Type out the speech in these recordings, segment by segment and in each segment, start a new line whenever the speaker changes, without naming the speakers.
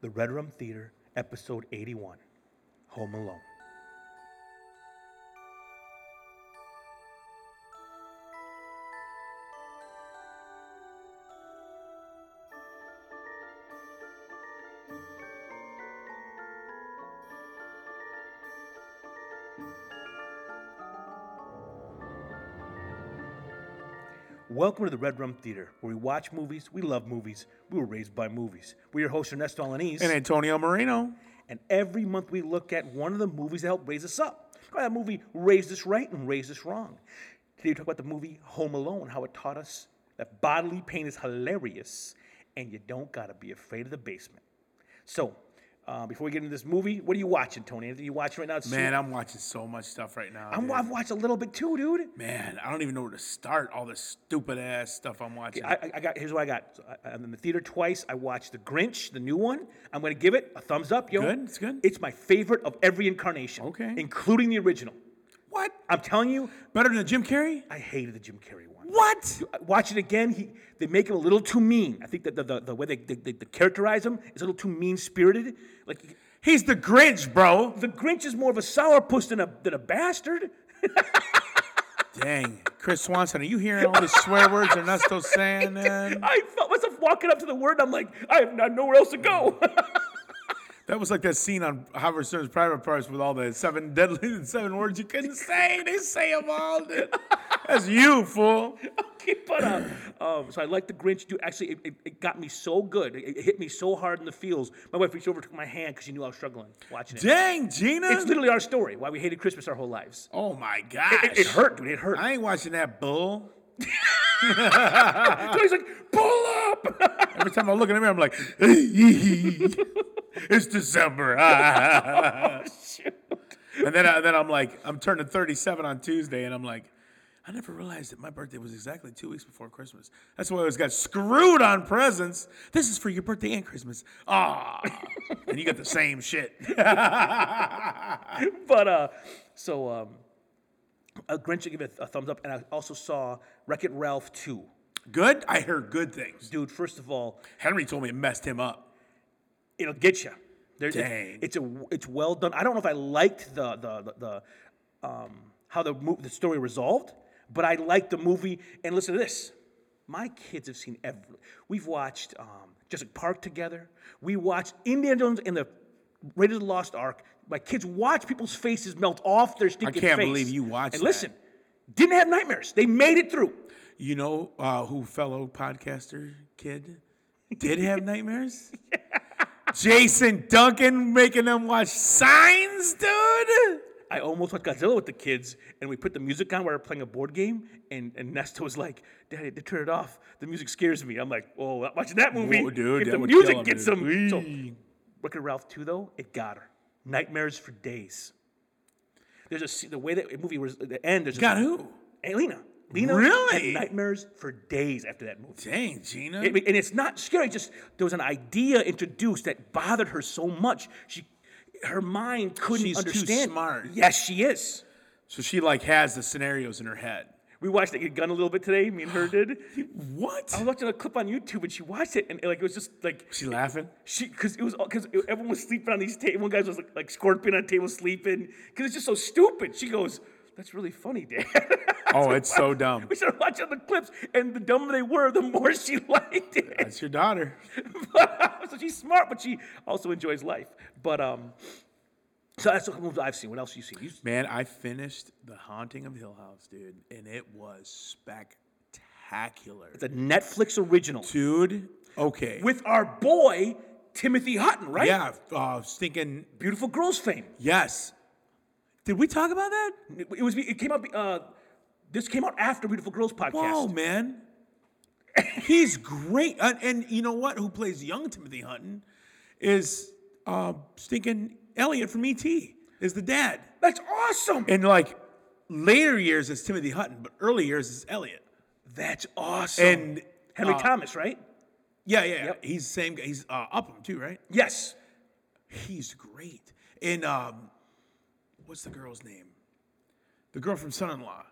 The Red Room Theater, Episode 81 Home Alone. Welcome to the Red Room Theater, where we watch movies, we love movies, we were raised by movies. We're your hosts, Ernesto Alanese.
and Antonio Moreno.
And every month we look at one of the movies that helped raise us up. Oh, that movie raised us right and raised us wrong. Today we talk about the movie Home Alone, how it taught us that bodily pain is hilarious and you don't gotta be afraid of the basement. So, uh, before we get into this movie, what are you watching, Tony? Anything you watching right now? It's-
Man, I'm watching so much stuff right now.
I'm,
dude.
I've watched a little bit too, dude.
Man, I don't even know where to start. All this stupid ass stuff I'm watching.
I, I- I got here's what I got. So I, I'm in the theater twice. I watched The Grinch, the new one. I'm gonna give it a thumbs up, yo.
Good, it's good.
It's my favorite of every incarnation,
Okay.
including the original.
what?
I'm telling you,
Better than Jim Carrey?
I hated the Jim Carrey one.
What?
I- Watch it again. He, they make him a little too mean. I think that the, the, the way they, they, they, they characterize him is a little too mean spirited. Like
He's the Grinch, bro.
the Grinch is more of a sourpuss than a than a bastard.
Dang, Chris Swanson, are you hearing all the swear words Ernesto's saying? Man?
I felt myself walking up to the word. and I'm like, I have not nowhere else to go.
That was like that scene on Howard Stern's Private Parts with all the seven deadly seven words you couldn't say. They say them all. Dude. That's you, fool.
Okay, but uh, um, so I like the Grinch. Dude, actually, it, it, it got me so good. It, it hit me so hard in the feels. My wife reached over, took my hand because she knew I was struggling watching it.
Dang, Gina.
It's literally our story. Why we hated Christmas our whole lives.
oh my gosh.
It, it hurt, dude. It hurt.
I ain't watching that bull.
so he's like, pull up.
Every time I look in the mirror, I'm like, it's December. and
Oh, Shoot.
then, I, then I'm like, I'm turning 37 on Tuesday, and I'm like, I never realized that my birthday was exactly two weeks before Christmas. That's why I always got screwed on presents. This is for your birthday and Christmas. Ah, and you got the same shit.
But uh, so um, a Grinch I give it a thumbs up, and I also saw Wreck It Ralph two.
Good. I heard good things.
Dude, first of all,
Henry told me it messed him up.
it'll get you. There's,
Dang.
It's, it's a it's well done. I don't know if I liked the the the, the um, how the mo- the story resolved, but I liked the movie. And listen to this. My kids have seen every. We've watched um, Jurassic Park together. We watched Indiana Jones and the Raiders of the Lost Ark. My kids watch people's faces melt off their stinking face.
can't believe you watched
And
that.
listen, didn't have nightmares. They made it through.
You know uh, who fellow podcaster kid did have nightmares? Jason Duncan making them watch Signs, dude.
I almost watched Godzilla with the kids, and we put the music on while we were playing a board game, and, and Nesta was like, Daddy, they turn it off. The music scares me. I'm like, oh, not watching that movie.
Whoa, dude,
if
that
the
would kill
music
him,
gets
dude.
him. So,
Whee.
Wicked Ralph 2, though, it got her. Nightmares for days. There's a sce- the way that the movie was at the end. There's a-
Got who?
Hey, Lena. Lena
Really?
had nightmares for days after that movie.
Dang, Gina.
I mean, and it's not scary. it's Just there was an idea introduced that bothered her so much. She, her mind couldn't
She's too
understand.
smart.
Yes, she is.
so she like has the scenarios in her head.
We watched Naked Gun a little bit today. Me and her did.
What?
I was watching a clip on YouTube and she watched it and like it was just like
She laughing?
she because it was because everyone was sleeping on these tables. One guy was like, like scorpion on table sleeping because it's just so stupid. She goes, "That's really funny, Dad."
Oh, it's so dumb.
we started watching the clips and the dumber they were, the more she liked it.
That's your daughter.
so she's smart, but she also enjoys life. But um, so that's the movies I've seen. What else you seen? You,
Man, I finished The Haunting of Hill House, dude, and it was spectacular.
the Netflix original
Dude, okay.
with our boy Timothy Hutton, right?
yeah, uh, stinking
Beautiful Girls fame.
Yes. Did we talk about that?
It it was. It came out. Uh, this came out after Beautiful Girls podcast.
Whoa, man. He's great. Uh, and you know what? Who plays young Timothy Hutton is uh, stinking Elliot from E.T. is the dad.
That's awesome.
And like later years it's Timothy Hutton, but early years it's Elliot.
That's awesome.
And
Henry
uh,
Thomas, right?
yeah, yeah,
Yep.
he's the same guy. He's uh, Upham too, right?
Yes.
He's great. And um, what's the girl's name? The girl from Son-in-Law.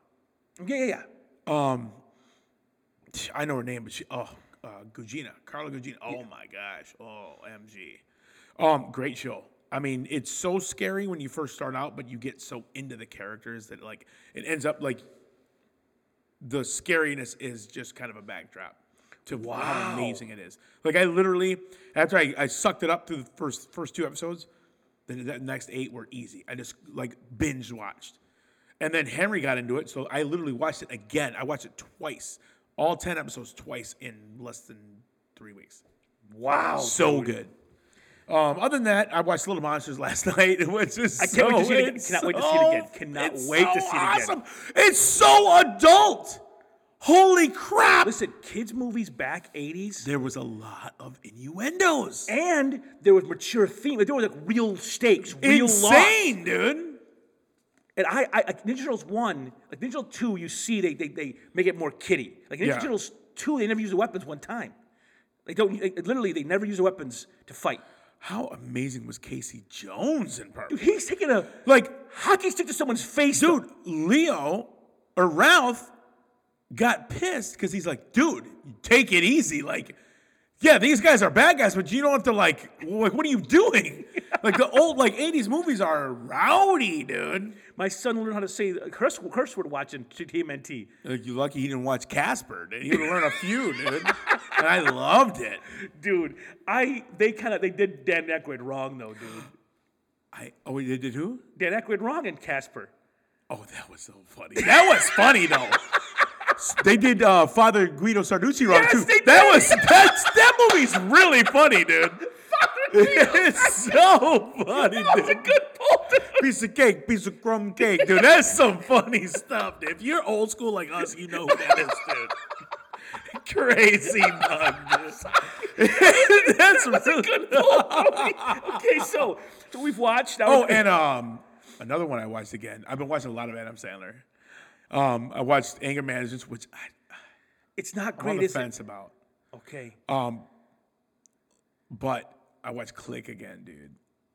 Yeah, yeah, yeah.
Um, t- I know her name, but she oh, uh, Gugina, Carla Gugina. Oh my gosh, oh MG, Um, great show. I mean, it's so scary when you first start out, but you get so into the characters that like it ends up like the scariness is just kind of a backdrop to how amazing it is. Like I literally after I, I sucked it up through the first first two episodes, then the next eight were easy. I just like binge watched. And then Henry got into it, so I literally watched it again. I watched it twice, all ten episodes twice in less than three weeks.
Wow.
So good. Um, other than that, I watched Little Monsters last night, which is I
can't
so,
wait to see it again.
it's
Cannot wait to see it again.
so-
Cannot
it's
wait to
so
see it again.
awesome. It's so adult. Holy crap!
Listen, kids' movies back 80s,
there was a lot of innuendos.
and there was mature theme. There was like real stakes, real loss.
Insane, dude.
And I, I like Ninja Turtles one, like Ninja Turtle two, you see they they, they make it more kiddie. Like Ninja
Yeah.
Turtles two, they never use the weapons one time. They don't like, literally. They never use the weapons to fight.
How amazing was Casey Jones in part?
He's taking a
Like,
hockey stick to someone's face. though.
dude, Leo or Ralph got pissed because he's like, dude, take it easy. Like, yeah, these guys are bad guys, but you don't have to like, like, what are you doing? like the old like '80s movies are rowdy, dude.
my son learned how to say a curse, curse word watching TMNT.
Like, you lucky he didn't watch Casper. Dude. He would learn a few, dude. and I loved it.
Dude, I they kind of they did Dan Aykroyd wrong though, dude.
I oh, wait, they did who?
Dan Aykroyd wrong in Casper.
Oh, that was so funny. That was funny though. S- they did uh, Father Guido Sarducci wrong
Yes,
too.
they
That
did.
was that's, that movie's really funny, dude. it's so funny, dude. Piece of cake, piece of crumb cake, dude. That's some funny stuff. Dude. If you're old school like us, you know who that is, dude. Crazy bug, dude. that's really good.
okay, so, so we've watched. Now
Oh, and um, another one I watched again. I've been watching a lot of Adam Sandler. Um, I watched Anger Management, which I,
it's not
I'm on
great,
the
is it?
fence about.
Okay,
But I watched Click again, dude.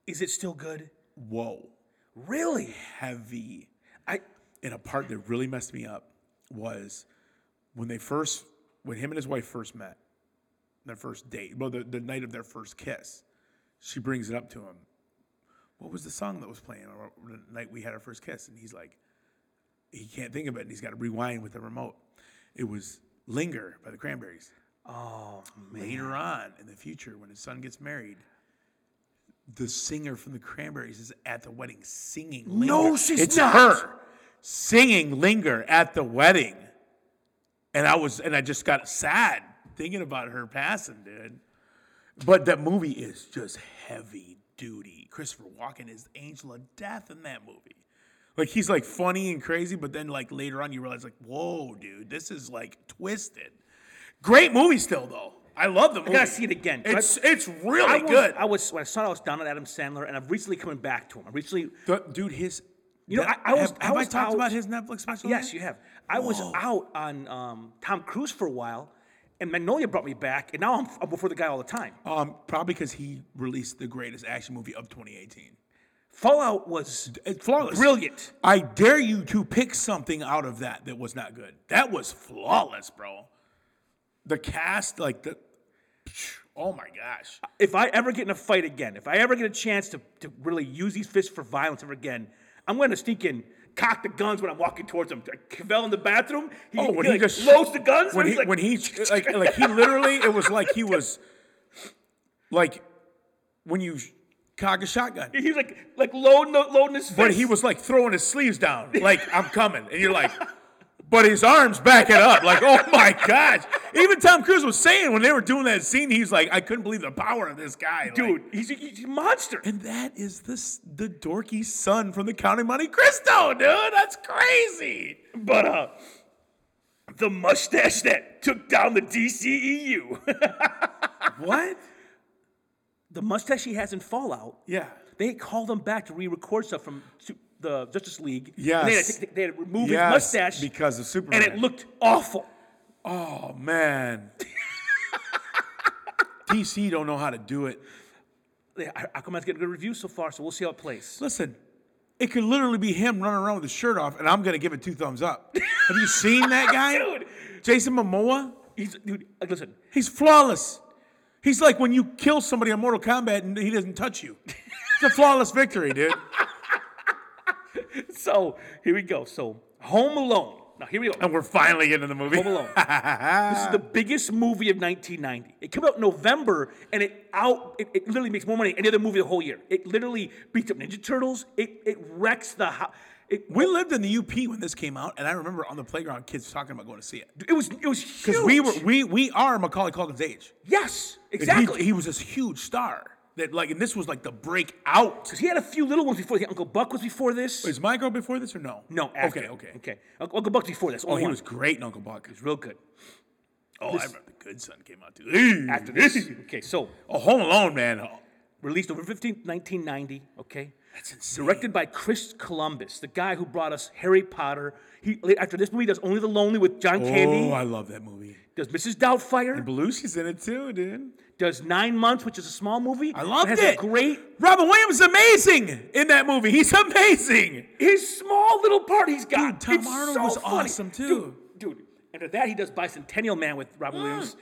is it still good?
Whoa,
Really?
heavy.
I
And a part that really messed me up was when they first, when him and his wife first met, their first date, well, the, the night of their first kiss, she brings it up to him. What was the song that was playing or the night we had our first kiss? And he's like, he can't think of it, and he's got to rewind with the remote. It was "Linger" by the Cranberries.
oh man,
later on in the future when his son gets married the singer from the cranberries is at the wedding singing linger.
No, she's
it's
not.
her singing linger at the wedding and i was and i just got sad thinking about her passing dude but that movie is just heavy duty christopher walken is the angel of death in that movie like he's like funny and crazy but then like later on you realize like whoa dude this is like twisted Great movie still though. I love the movie.
gotta see it again.
It's it's really
I was,
good.
I was when I saw it, I was down on Adam Sandler, and I'm recently coming back to him. I'm recently,
The- dude, his
You know, I- I was-
have,
I
have
was
talked
out-
about his Netflix special?
yes,
yet?
you have. I was out on um, Tom Cruise for a while, and Magnolia brought me back, and now I'm, I'm before the guy all the time.
Um, probably because he released the greatest action movie of 2018.
Fallout was
It's flawless.
brilliant.
I dare you to pick something out of that that was not good. That was flawless, bro. The cast, like the, oh my gosh.
If I ever get in a fight again, if I ever get a chance to, to really use these fists for violence ever again, I'm going to sneak in, cock the guns when I'm walking towards him. Like Cavell in the bathroom, he,
Oh, when
he,
he,
like,
just
loads the guns. and
When he
he's like,
when he like like he literally it was like he was like when you cock a shotgun.
he was like like loading the, loading his fist.
But he was like throwing his sleeves down, like I'm coming, and you're like, but his arms back it up, like oh my gosh. Even Tom Cruise was saying when they were doing that scene, he's like, I couldn't believe the power of this guy, like-
dude, he's, a, he's a monster.
and that is this the dorky son from the County Monte Cristo, dude. That's crazy.
But uh, the mustache that took down the E DCEU.
What?
the mustache he has in Fallout,
Yeah.
they called him back to re-record stuff from Su- the Justice League. Yeah, They had,
Yes.
to, take- they had to remove his
Yes,
mustache
because of Superman.
and it looked awful.
Oh man. DC don't know how to do it.
They- I- How come that's getting good reviews so far? So we'll see how it plays.
Listen, it could literally be him running around with his shirt off, and I'm gonna give it two thumbs up. Have you seen that guy?
Dude,
Jason Momoa?
he's dude. Like, uh, listen,
He's flawless. He's like when you kill somebody on Mortal Kombat and he doesn't touch you. It's a flawless victory, dude.
So here we go. So Home Alone. Now here we go.
And we're finally getting to the movie.
Home Alone. this is the biggest movie of 1990. It came out in November, and it out it, it literally makes more money than any other movie the whole year. It literally beats up Ninja Turtles. It it wrecks the house. It,
We lived in the UP when this came out, and I remember on the playground kids talking about going to see it.
it was it was huge.
Because we were we we are Macaulay Culkin's age.
yes
He-
exactly.
He, was this huge star that like, and this was like the breakout.
'Cause he had a few little ones before. The Uncle Buck was before this.
Is my girl before this or no?
no, after.
Okay, okay.
okay. Uncle Uncle Buck's before this.
Oh, he was great in Uncle Buck.
real good.
Oh, I remember the Good Son came out too.
After this, okay. So
oh, Home Alone, man. Oh,
released November 15th, 1990. Okay.
that's insane.
Directed by Chris Columbus, the guy who brought us Harry Potter. He after this movie does Only the Lonely with John
Oh,
Candy,
I love that movie.
does Mrs. Doubtfire,
Belushi's in it too, dude.
does Nine Months, which is a small movie.
I loved
has
it.
A great.
Robin Williams is amazing in that movie. He's amazing.
His small little part he's got.
Dude, Tom
It's
Arnold
so
was
funny.
awesome, too. Mm.
Dude, dude. After that, he does Bicentennial Man with Robin Williams.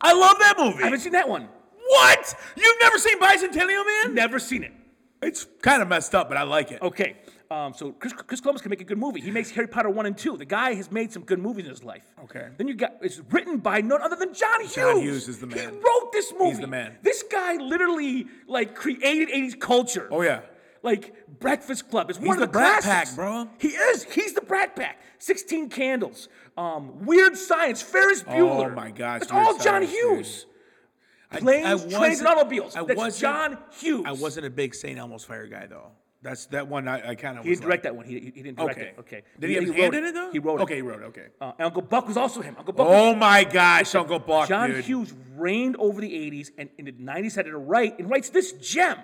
I love that
I haven't
movie.
seen that one.
What? You've never seen Bicentennial Man?
Never seen it.
It's kind of messed up, but I like it.
Okay. Um, so Chris, Chris Columbus can make a good movie. He makes Harry Potter one and two. The guy has made some good movies in his life.
Okay.
Then you got it's written by none other than John Hughes.
John Hughes is the
He
man.
wrote this movie.
the man.
This guy literally like created '80s culture.
Oh yeah.
Like Breakfast Club is one
He's
of
the
the,
Brat
classics.
Pack, bro.
He is. He's the Brat Pack. Sixteen Candles, um, Weird Science, Ferris Bueller.
Oh my gosh,
It's
Weird
all John
Science,
Hughes.
I-
Planes,
I
trains, and
wasn't-
automobiles.
I
That's
wasn't-
John Hughes.
I wasn't a big St. Elmo's Fire guy though. That's that one I, I kind of.
He didn't direct that one. He, he didn't direct
Okay.
it. Okay.
Did he, have his
wrote
hand in it though?
He wrote
okay,
it.
he wrote. it, Okay.
Uh, and Uncle Buck was also him. Uncle Buck was
Oh my gosh, Uncle Buck,
John
dude.
Hughes reigned over the 80s and in the 90s had it right and writes this gem.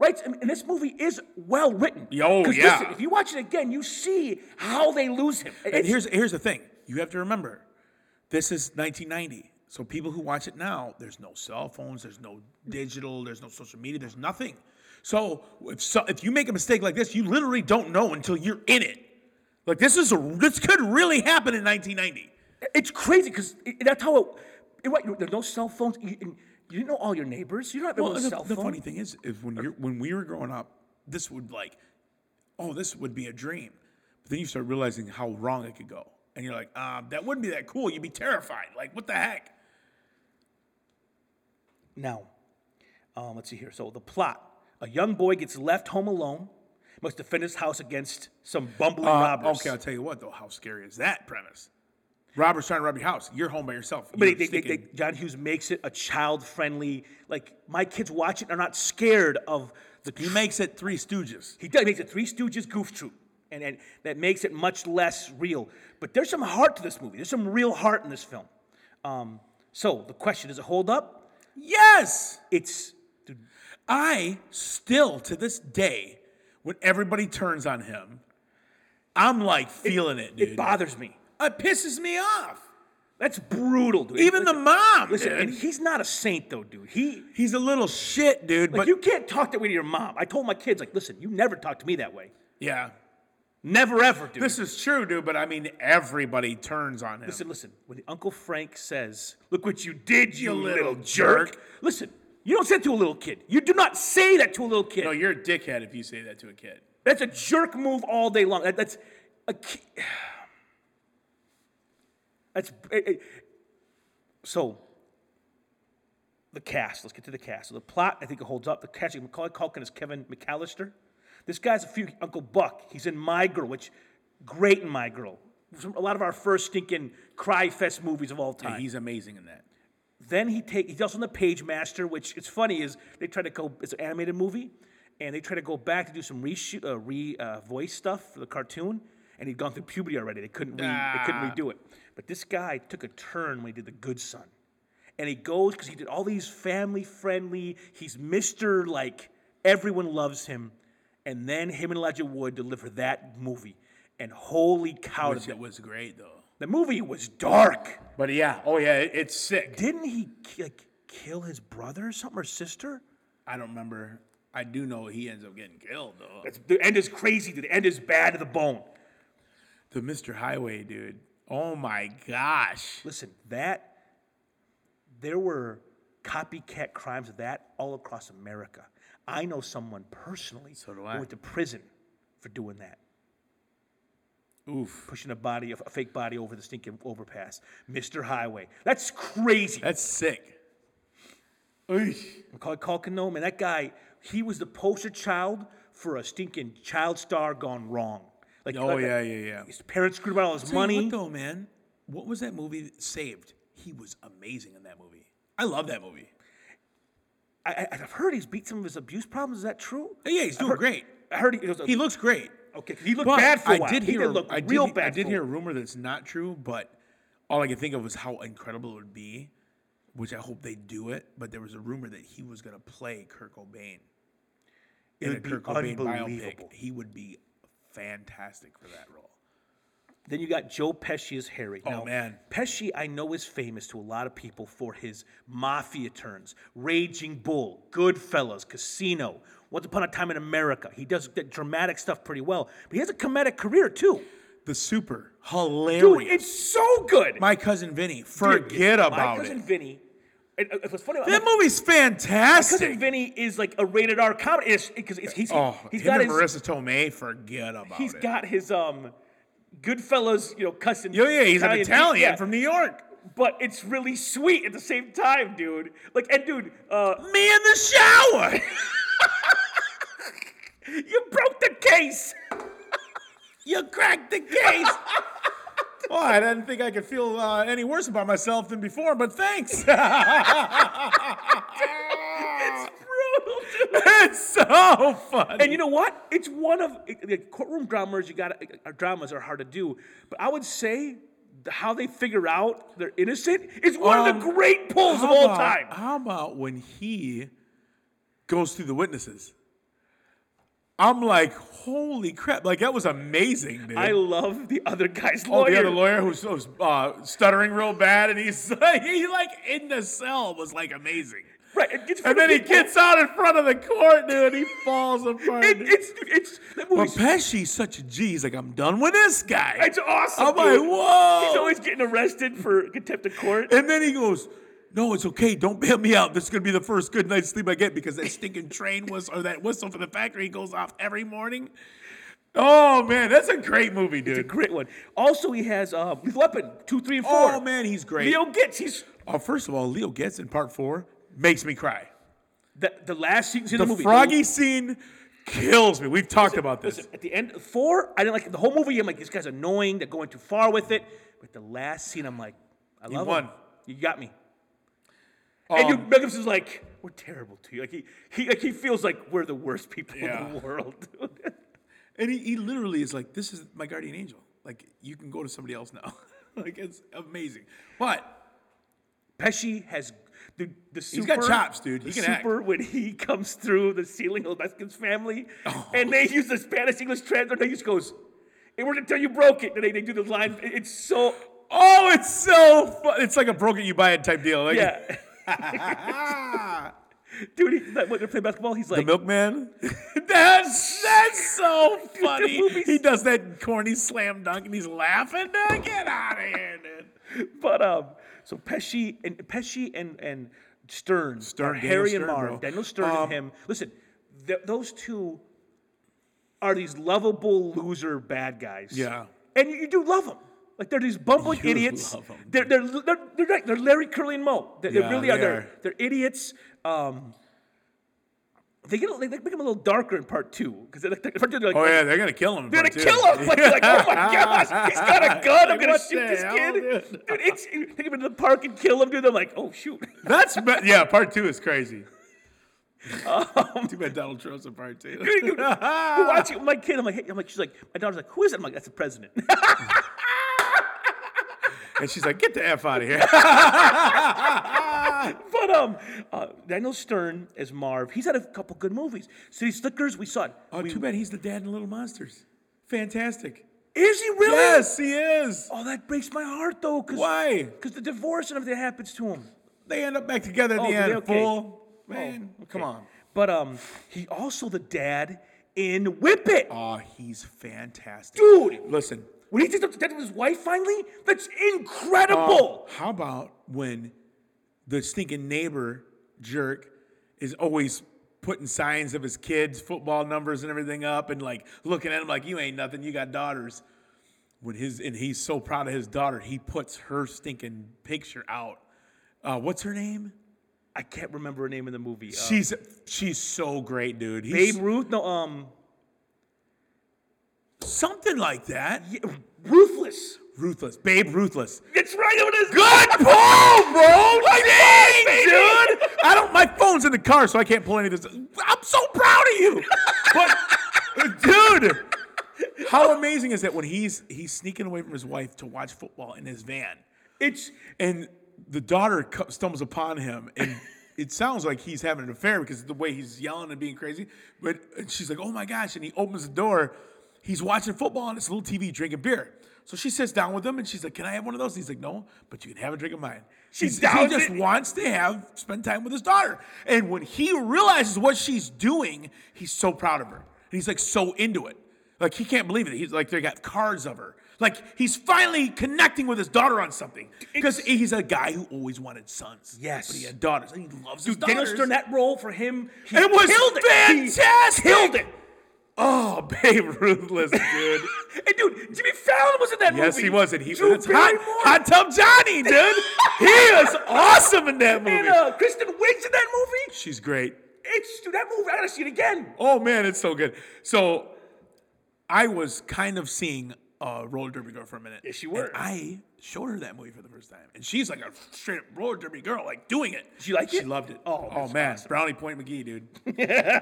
Writes, and and this movie is well written.
Yo,
'Cause
yeah.
Listen, if you watch it again, you see how they lose him.
And
It's-
here's here's the thing. You have to remember, this is 1990. So people who watch it now, there's no cell phones, there's no digital, there's no social media, there's nothing. So if so, if you make a mistake like this, you literally don't know until you're in it. Like this is a, this could really happen in 1990.
it's crazy because that's how it, it right, There's no cell phones. You, and you didn't know all your neighbors. You don't have
Well,
everyone's
the,
cell
the
phone.
funny thing is, is when you're when we were growing up, this would like, oh, this would be a dream. But then you start realizing how wrong it could go, and you're like, um, that wouldn't be that cool. You'd be terrified. Like, what the heck?
Now, um, let's see here. So the plot: a young boy gets left home alone, must defend his house against some bumbling
Uh,
robbers.
Okay, I'll tell you what though. How scary is that premise? Robbers trying to rob your house. You're home by yourself.
But
You're
they, they, they,
sticking-
they- John Hughes makes it a child-friendly. Like my kids watch it and are not scared of the.
he makes it Three Stooges.
He does he makes it Three Stooges goof troop, and, and that makes it much less real. But there's some heart to this movie. There's some real heart in this film. Um, so the question does it hold up?
Yes,
It's
I still to this day, when everybody turns on him, I'm like feeling it, dude.
it bothers me.
It pisses me off.
That's brutal, dude.
Even the
Listen-
mom.
listen,
dude.
and he's not a saint though, dude. He
He's a little shit, dude.
like
but
you can't talk that way to your mom. I told my kids like, listen, you never talk to me that way.
yeah,
Never ever, dude.
this is true, dude. But I mean, everybody turns on him.
Listen, listen. When Uncle Frank says, "Look what you did, you,
little
little jerk.
jerk.
Listen, you don't say that to a little kid. You do not say that to a little kid.
no, you're a dickhead if you say that to a kid.
That's a jerk move all day long. That- that's a. Ki- that's it- it- so. The cast. Let's get to the cast. So the plot, I think, it holds up. The cast: you got Macaulay Culkin is Kevin McAllister. This guy's a few Uncle Buck. He's in My Girl, which great in My Girl. From a lot of our first stinking cry fest movies of all time.
He's amazing in that.
Then he take he's also in the Page Master, which it's funny is they try to go. It's an animated movie, and they try to go back to do some reshoot, uh, re uh, voice stuff for the cartoon. And he'd gone through puberty already. They couldn't re, they couldn't
Ah.
redo it. But this guy took a turn when he did The Good Son, and he goes because he did all these family friendly. He's Mister like everyone loves him, and then him and Elijah Wood deliver that movie. And holy cow,
Which it was great though.
the movie was dark
But yeah, oh yeah, it, it's sick.
didn't he ki- like kill his brother or something or sister?
I don't remember. I do know he ends up getting killed though.
That's, the end is crazy. dude. The end is bad to the bone.
The Mr. Highway dude. Oh my gosh.
Listen, that there were copycat crimes of that all across America. I know someone personally
So do
who
I.
went to prison for doing that.
Oof.
Pushing a body, a fake body over the stinking overpass, Mr. Highway. That's crazy.
That's sick. Oof.
Macaulay Culkin, though, man, that guy, he was the poster child for a stinking child star gone wrong. Like,
Oh
like,
yeah, yeah, yeah.
his parents screwed about all his
Tell you
money.
what, though, man. What was that movie? Saved. He was amazing in that movie. I love that movie.
I, I, I've heard he's beat some of his abuse problems. Is that true?
Yeah, he's doing
heard-
great.
I heard he, it was a-
He looks great.
okay. He looked
But
bad for a
I
while.
did
he
hear.
did look
I did,
real
he-
bad.
I did
for
hear
a
a rumor that's not true, but all I could think of was how incredible it would be, which I hope they do it. But there was a rumor that he was going to play Kurt Cobain.
It
in
would
a
be
Kurt Cobain
unbelievable.
biopic. He would be fantastic for that role.
Then you got Joe Pesci as Harry. Oh
man.
Pesci I know is famous to a lot of people for his mafia turns, Raging Bull, Goodfellas, Casino, Once Upon a Time in America. He does that dramatic stuff pretty well, but he has a comedic career too.
The super hilarious.
Dude, it's so good.
my cousin Vinny. Forget
My
about
cousin
it.
Vinny. It, it was funny.
That
About,
movie's
my cousin
fantastic.
Vinny is like a rated R comedy. It's because he's
Oh,
he's
him
got
and
his
Marissa Tomei. Forget about
He's
it.
got his um Goodfellas, you know, cussing.
Yo, yeah, he's an Italian
yeah.
from New York.
But it's really sweet at the same time, dude. Like, and dude, uh,
Me in the shower.
you broke the case.
you cracked the case. well, I didn't think I could feel uh, any worse about myself than before, but thanks.
It's brutal, dude.
it's so funny.
And you know what? It's one of the courtroom dramas. You got uh, dramas are hard to do, but I would say the- how they figure out they're innocent is one of the
Um,
great pulls of
How
all
about-
time.
How about when he goes through the witnesses? I'm like, holy crap! Like that was amazing, dude.
I love the other guy's
oh,
lawyer.
the other lawyer who's, who's uh, stuttering real bad, and he's he like in the cell was like amazing.
right? it gets
And
rid of
then he
people.
gets out in front of the court, dude. He falls apart.
It, it's it's that
but
movie's
Pesci's such a G. He's like, I'm done with this guy.
It's awesome.
I'm
dude.
like, whoa.
He's always getting arrested for contempt of court.
And then he goes, "No, it's okay. Don't bail me out. This is gonna be the first good night's sleep I get because that stinking train was or that whistle for the factory goes off every morning." Oh man, that's a great movie,
It's a
dude.
great one. Also, he has um, Lethal Weapon two, three, and four.
Oh man, he's great.
Leo gets he's
oh, first of all, Leo gets in part four makes me cry.
the, the last sequence of the,
The
movie.
froggy scene kills me. We've talked about this.
Listen, at the end four, I didn't like the whole movie. I'm like, this guy's annoying. They're going too far with it. But the last scene, I'm like, I love
won.
him. You got me. and you,
Um,
Megams is like, we're terrible to you. Like he, he, like he feels like we're the worst people in
Yeah.
the world. dude.
And he, he literally is like, "This is my guardian angel. Like you can go to somebody else now." like it's amazing. But
Pesci has the, the super.
He's got chops, dude. He
the
can act.
super when he comes through the ceiling of Vasquez's family,
Oh.
and they use the Spanish English translator. He just goes, "It worked until you broke it." And they, they do the line. It- It's so
oh, it's so fun. It's like a broken you buy it type deal. Like,
yeah,
Ah.
dude. He, like, when they're playing basketball, he's
The
like,
milkman. that's that's so funny.
movie's-
He does that corny slam dunk and he's laughing. Dude, get out of here, dude.
but um. So Pesci and Pesci and and Stern,
Stern,
are
Daniel
Harry
Stern,
and Marv,
bro.
Daniel Stern
Um,
and him. Listen, th- those two are these lovable loser bad guys.
Yeah.
and you, you do love them. Like they're these bumbling
You
idiots.
love 'em.
They're, they're they're they're like- they're Larry Curly and Moe. They, they
Yeah,
really
they
are. They're,
are.
they're idiots. Um, they get a- they, they make them a little darker in part two because like, they're- part two they're like
Oh yeah, they're gonna kill him.
they're gonna kill him. Like, you're like, oh my gosh, he's got a gun. I'm gonna shoot this kid. Dude, it's take him into the park and kill him. Dude, they're like, oh shoot.
That's ba- yeah. Part two is crazy. Too bad Donald Trump's in part two.
Dude, we're watching my kid. I'm like, hey, I'm like, she's like, my daughter's like, who is it? I'm like, that's the president.
and she's like, "Get the f out of here."
but um, uh, Daniel Stern as Marv. He's had a couple good movies. City Slickers, we saw it.
oh, too bad he's the dad in Little Monsters. Fantastic.
Is he really?
Yes, he is.
Oh, that breaks my heart though, because
Why?
the divorce and everything happens to him.
They end up back together at
Oh,
the
do they?
end.
Okay. Oh,
Fool, man, come on.
But um, he also the dad in Whip It.
Oh, he's fantastic,
Dude.
Listen,
When he takes up the death of his wife finally,
Uh,
that's incredible.
How about when the stinking neighbor jerk is always putting signs of his kids' football numbers and everything up and like looking at him like, you ain't nothing, you got daughters. When his and he's so proud of his daughter, he puts her stinking picture out. Uh, what's her name?
I can't remember her name in the movie. Uh,
She's she's so great, dude. He's
Babe Ruth? No, um,
something like that.
yeah, Ruthless.
Ruthless, Babe Ruthless.
That's right. It was
Good pull, bro. Like, dang, dude. I don't. My phone's in the car, so I can't pull any of this. I'm so proud of you. But, dude, how amazing is that when he's he's sneaking away from his wife to watch football in his van,
It's
and the daughter co- stumbles upon him, and it sounds like he's having an affair because of the way he's yelling and being crazy. But and she's like, "Oh my gosh!" And he opens the door. He's watching football on his little TV, drinking beer. So she sits down with him, and she's like, "Can I have one of those?" he's like, "No, but you can have a drink of mine." She's he
downs
just
it.
wants to have spend time with his daughter. And when he realizes what she's doing, he's so proud of her. And he's like so into it. Like he can't believe it. He's like they got cards of her. Like he's finally connecting with his daughter on something. Because he's a guy who always wanted sons.
Yes.
But he had daughters. And he loves his
Daniel
daughters.
Stern, that role for him. He
it was
killed He
fantastic.
killed it.
Oh, Babe Ruthless, dude.
And dude, Jimmy Fallon was in that movie.
yes, he was. And he
Drew
that's hot,
Barrymore
hot Tub Johnny, dude. he is awesome in that
and
movie.
uh, Kristen Wiig's in that movie.
She's great.
It's dude, that movie. I gotta see it again.
Oh man, it's so good. So I was kind of seeing uh, roller derby girl for a minute.
Yes, you were.
And I showed her that movie for the first time, and she's like a straight up roller derby girl, like doing it.
She liked
She
it?
loved it.
Oh, that's
man, Brownie Point McGee, dude.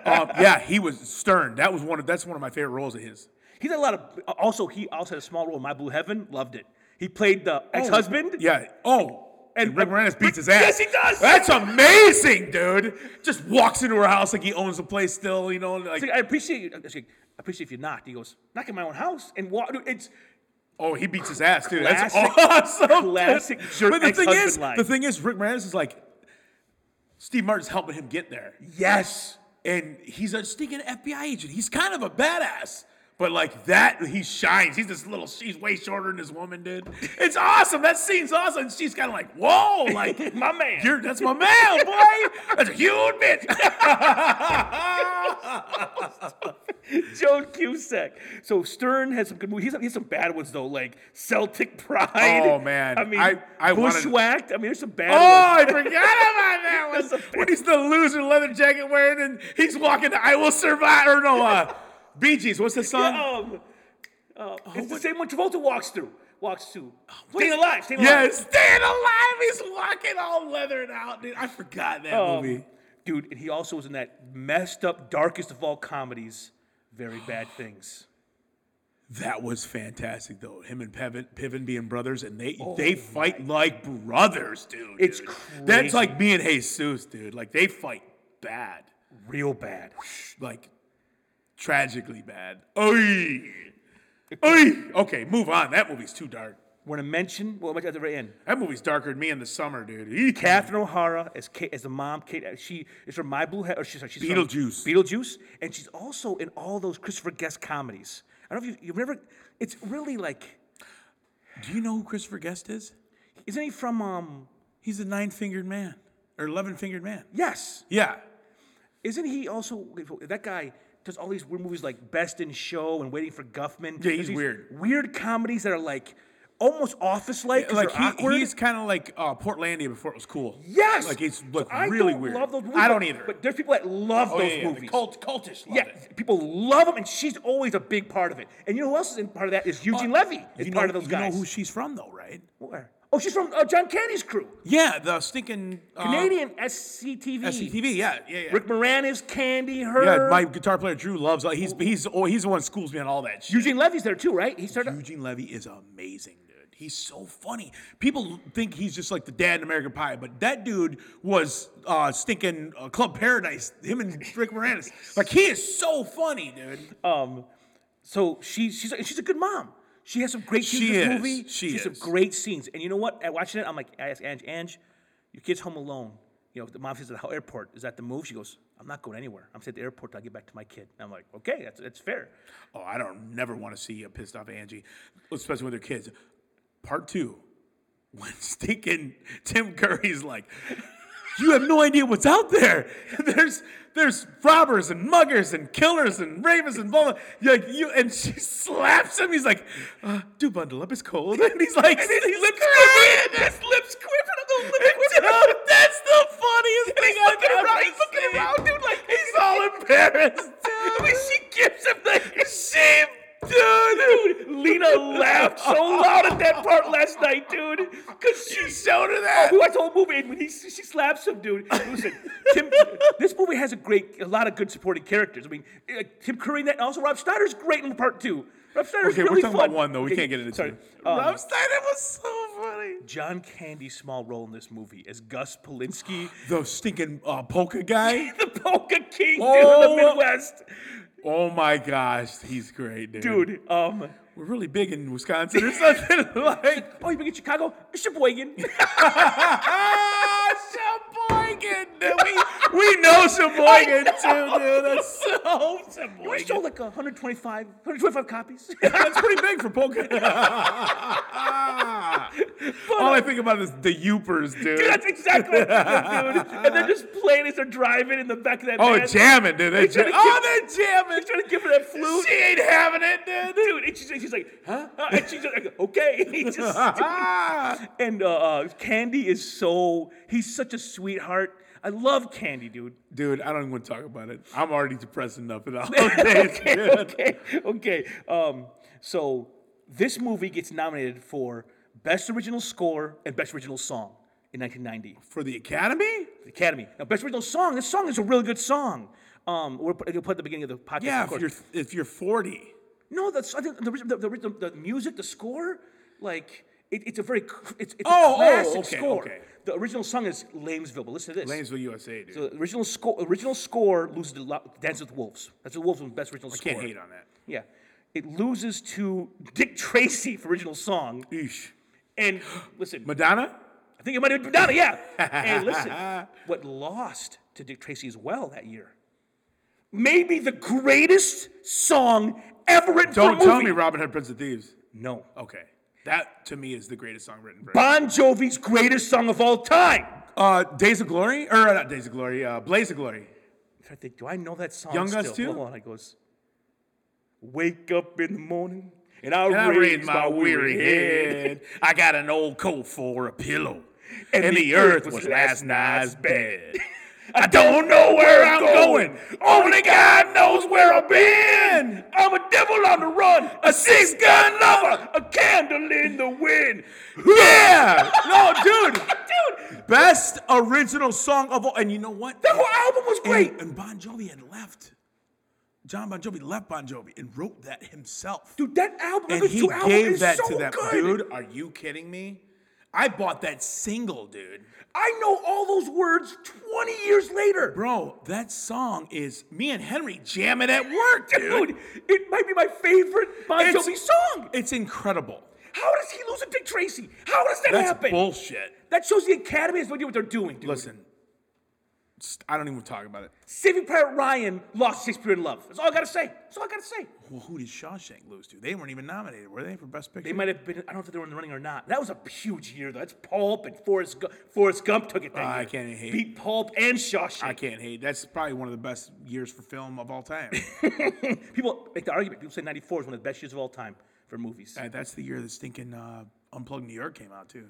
um, yeah, he was stern. That was one of that's one of my favorite roles of his.
He did a lot of. Also, he also had a small role in My Blue Heaven. Loved it. He played the ex-husband.
Yeah. Oh. And Rick Moranis beats his ass.
uh, Yes, he does.
That's amazing, dude. Just walks into her house like he owns the place still, you know. Like,
He's like, I appreciate. uh, I appreciate if you knocked. He goes, knock in my own house and walk. dude, It's
Oh, he beats his ass, dude.
Classic-
That's awesome.
classic
dude.
jerk
But the thing
ex-husband
is,
line.
the thing is, Rick Moranis is like Steve Martin's helping him get there,
yes.
and he's a stinking FBI agent. He's kind of a badass, but like that, he shines. He's this little. She's way shorter than this woman, dude. It's awesome. That scene's awesome. And she's kind of like, whoa, like
My man.
You're, that's my man, boy. That's a huge bitch.
Joan Cusack. So Stern had some good movies. He has some, he has some bad ones though, like Celtic Pride.
Oh, man.
I mean,
I- I wanted-
Bushwhacked. I mean, there's some bad
Oh, I
ones.
forgot about that
That's
one.
a-
When he's the loser leather jacket wearing and he's walking to I Will Survive or no uh Bee Gees, what's the song? Yeah,
Um, uh, it's the
Oh, what- Oh,
same one Travolta walks through. Walks to.
what
Staying
is-
alive. Staying alive.
staying alive. He's walking all leathered out, dude. I forgot that
Um,
movie.
Dude, and he also was in that messed up, darkest of all comedies, Very Bad Things.
That was fantastic though. Him and Piven, Piven being brothers, and they they fight like brothers, dude.
Oh It's
dude. That's
crazy.
like me and Jesus, dude. Like they fight bad,
Real bad.
like tragically bad. Oy. Oy. Okay, move on. That movie's too dark.
We're gonna mention well, at the very end.
That movie's darker than me in the summer, dude. Eek.
Catherine O'Hara as Kate, as the mom, Kate. She is from My Blue Heaven. Or she's, sorry, she's from
Beetlejuice.
Beetlejuice, and she's also in all those Christopher Guest comedies. I don't know if you, you've never. It's really like,
Do you know who Christopher Guest is?
isn't he from? um
He's a nine-fingered man or eleven-fingered man.
Yes,
Yeah.
isn't he also that guy? Does all these weird movies like Best in Show and Waiting for Guffman?
Yeah,
There's
he's
these
weird.
Weird comedies that are like almost office-like, like
Like
they're awkward.
he, he's kind of like uh, Portlandia before it was cool.
yes,
Like he's
So
look
I
really
don't
weird.
Love those movies,
I don't
but-
either.
But there's people that love
Oh,
those
yeah, yeah, the
movies.
Cult, cultish. love
Yeah,
it.
people love him, and she's always a big part of it. And you know who else is in part of that is Eugene Levy. Is
You
part
know-
of those
Uh, you
guys.
know who she's from though, right?
Where? Oh, she's from uh, John Candy's crew.
Yeah, the stinking uh,
Canadian SCTV.
SCTV. Yeah, yeah, yeah.
Rick Moranis, Candy, her.
yeah, my guitar player Drew loves. Like, he's he's oh, he's the one that schools me on all that. Shit.
Eugene Levy's there too, right? He started.
Eugene Levy is amazing, dude. He's so funny. People think he's just like the dad in American Pie, but that dude was uh, stinking uh, Club Paradise. Him and Rick Moranis. Like he is so funny, dude.
Um, so she, she's a- she's a good mom. She has some great scenes in
She
this
is.
movie.
She
has some
is.
great scenes. And you know what? At watching it, I'm like, I asked Ange, Ange, your kid's home alone. You know, the mom says at the airport, is that the move? She goes, I'm not going anywhere. I'm staying at the airport till I get back to my kid. And I'm like, okay, that's that's fair.
Oh, I don't never want to see a pissed off Angie, especially with her kids. Part two, when stinking Tim Curry's like, You have no idea what's out there. There's there's robbers and muggers and killers and ravens and blah blah. You're Like you and she slaps him. He's like, uh, "Do bundle up. It's cold." And he's like,
And his
he's
lips
crying.
quivering. His lips quivering. I'm going, "Look at
It's- uh, That's the funniest
And
thing
he's looking
I've
around.
ever
He's looking
seen.
around, dude. Like
He's all embarrassed.
I mean, she gives him the
Shame, dude.
dude. Lena laughed so loud at that part last night, dude, because she
Show her that.
We watched the whole movie, and when he she slaps him, dude. Listen, Tim, this movie has a great, a lot of good supporting characters. I mean, uh, Tim Curry in that, and also Rob Schneider's great in part two. Rob Schneider's
Okay,
really
we're talking
fun.
about one though. We
Okay,
can't get into
sorry.
two.
Um,
Rob Schneider was so funny.
John Candy's small role in this movie as Gus Polinski,
The stinking uh, polka guy.
the Polka King, dude,
Oh.
in the Midwest,
Oh my gosh, he's great, dude.
dude. Um,
we're really big in Wisconsin or something. like,
oh, you been in Chicago? Sheboygan.
ah, Sheboygan. We we know Sheboygan too, dude. That's so
We
Oh, Sheboygan.
sold like 125, 125 copies.
That's pretty big for polka. All I think about is the youpers, dude.
Dude, that's exactly what they do, dude. And they're just playing as they're driving in the back of that
oh,
van.
jamming, dude. Oh, They're
They try to
oh, they're jamming.
He's trying to give her that flute.
She ain't having it, dude.
Dude, and she's, she's like, huh? Uh, And she's like, okay. He just,
Ah.
and uh, uh, Candy is so, he's such a sweetheart. I love Candy, dude.
Dude, I don't even want to talk about it. I'm already depressed enough in all days, dude.
Okay, okay. Um, so this movie gets nominated for Best Original Score and Best Original Song in 1990.
For the Academy?
The Academy. Now, Best Original Song, this song is a really good song. Um, we're going to put it at the beginning of the podcast.
Yeah,
of course.
if you're if you're 40.
No, that's I think the the, the, the, the music, the score, like it, it's a very c- it's, it's
Oh,
a
oh,
classic
okay,
score.
okay.
The original song is Lamesville, but listen to this.
Lanesville, USA, dude.
The original score original score loses to Lo- Dance with Wolves. That's the Wolves' one best original score.
Can't hate on that.
Yeah, it loses to Dick Tracy for original song.
Eesh.
And listen,
Madonna?
I think it might have been Madonna. Yeah. And listen, what lost to Dick Tracy as well that year? Maybe the greatest song ever written for a
Don't tell
movie.
me Robin Hood, Prince of Thieves.
No.
Okay. That to me is the greatest song written. For
Bon Jovi's greatest song of all time.
uh, Days of Glory? Or not Days of Glory, uh, Blaze of Glory.
I think, do I know that song?
Young
still?
Guns too?
Hold on, it goes. Wake up in the morning and I,
And I
raise,
raised my weary head. I got an old coat for a pillow. And, the earth was last night's bed. I don't know where I'm going. Only God knows where I've been.
I'm a devil on the run,
A six gun lover.
a candle in the wind.
Yeah. No, dude.
Dude,
Best original song of all. And you know what?
the whole album was great.
And, and Bon Jovi had left. John Bon Jovi left Bon Jovi and wrote that himself.
Dude, that album,
and
those
he
two albums
gave
is
that
so
to that
good.
dude. Are you kidding me? I bought that single, dude.
I know all those words 20 years later.
Bro, that song is me and Henry jamming at work, dude.
Dude, it might be my favorite Bon
It's-
Jovi song.
It's incredible.
How does he lose to Dick Tracy? How does that
That's
happen?
bullshit.
That shows the Academy has no idea what they're doing, dude.
Listen, just- I don't even talk about it.
Saving Private Ryan lost Shakespeare in Love. That's all I gotta say. That's all I gotta say.
Well, who did Shawshank lose to? They weren't even nominated, were they, for Best Picture?
They might have been. I don't know if they were in the running or not. That was a huge year, though. That's Pulp and Forrest. Gump. Forrest Gump took it that
Uh,
year.
I can't hate-
Beat Pulp and Shawshank.
I can't hate. That's probably one of the best years for film of all time.
People make the argument. People say '94 is one of the best years of all time for movies.
Uh, That's the year that stinking uh, Unplugged New York came out, too.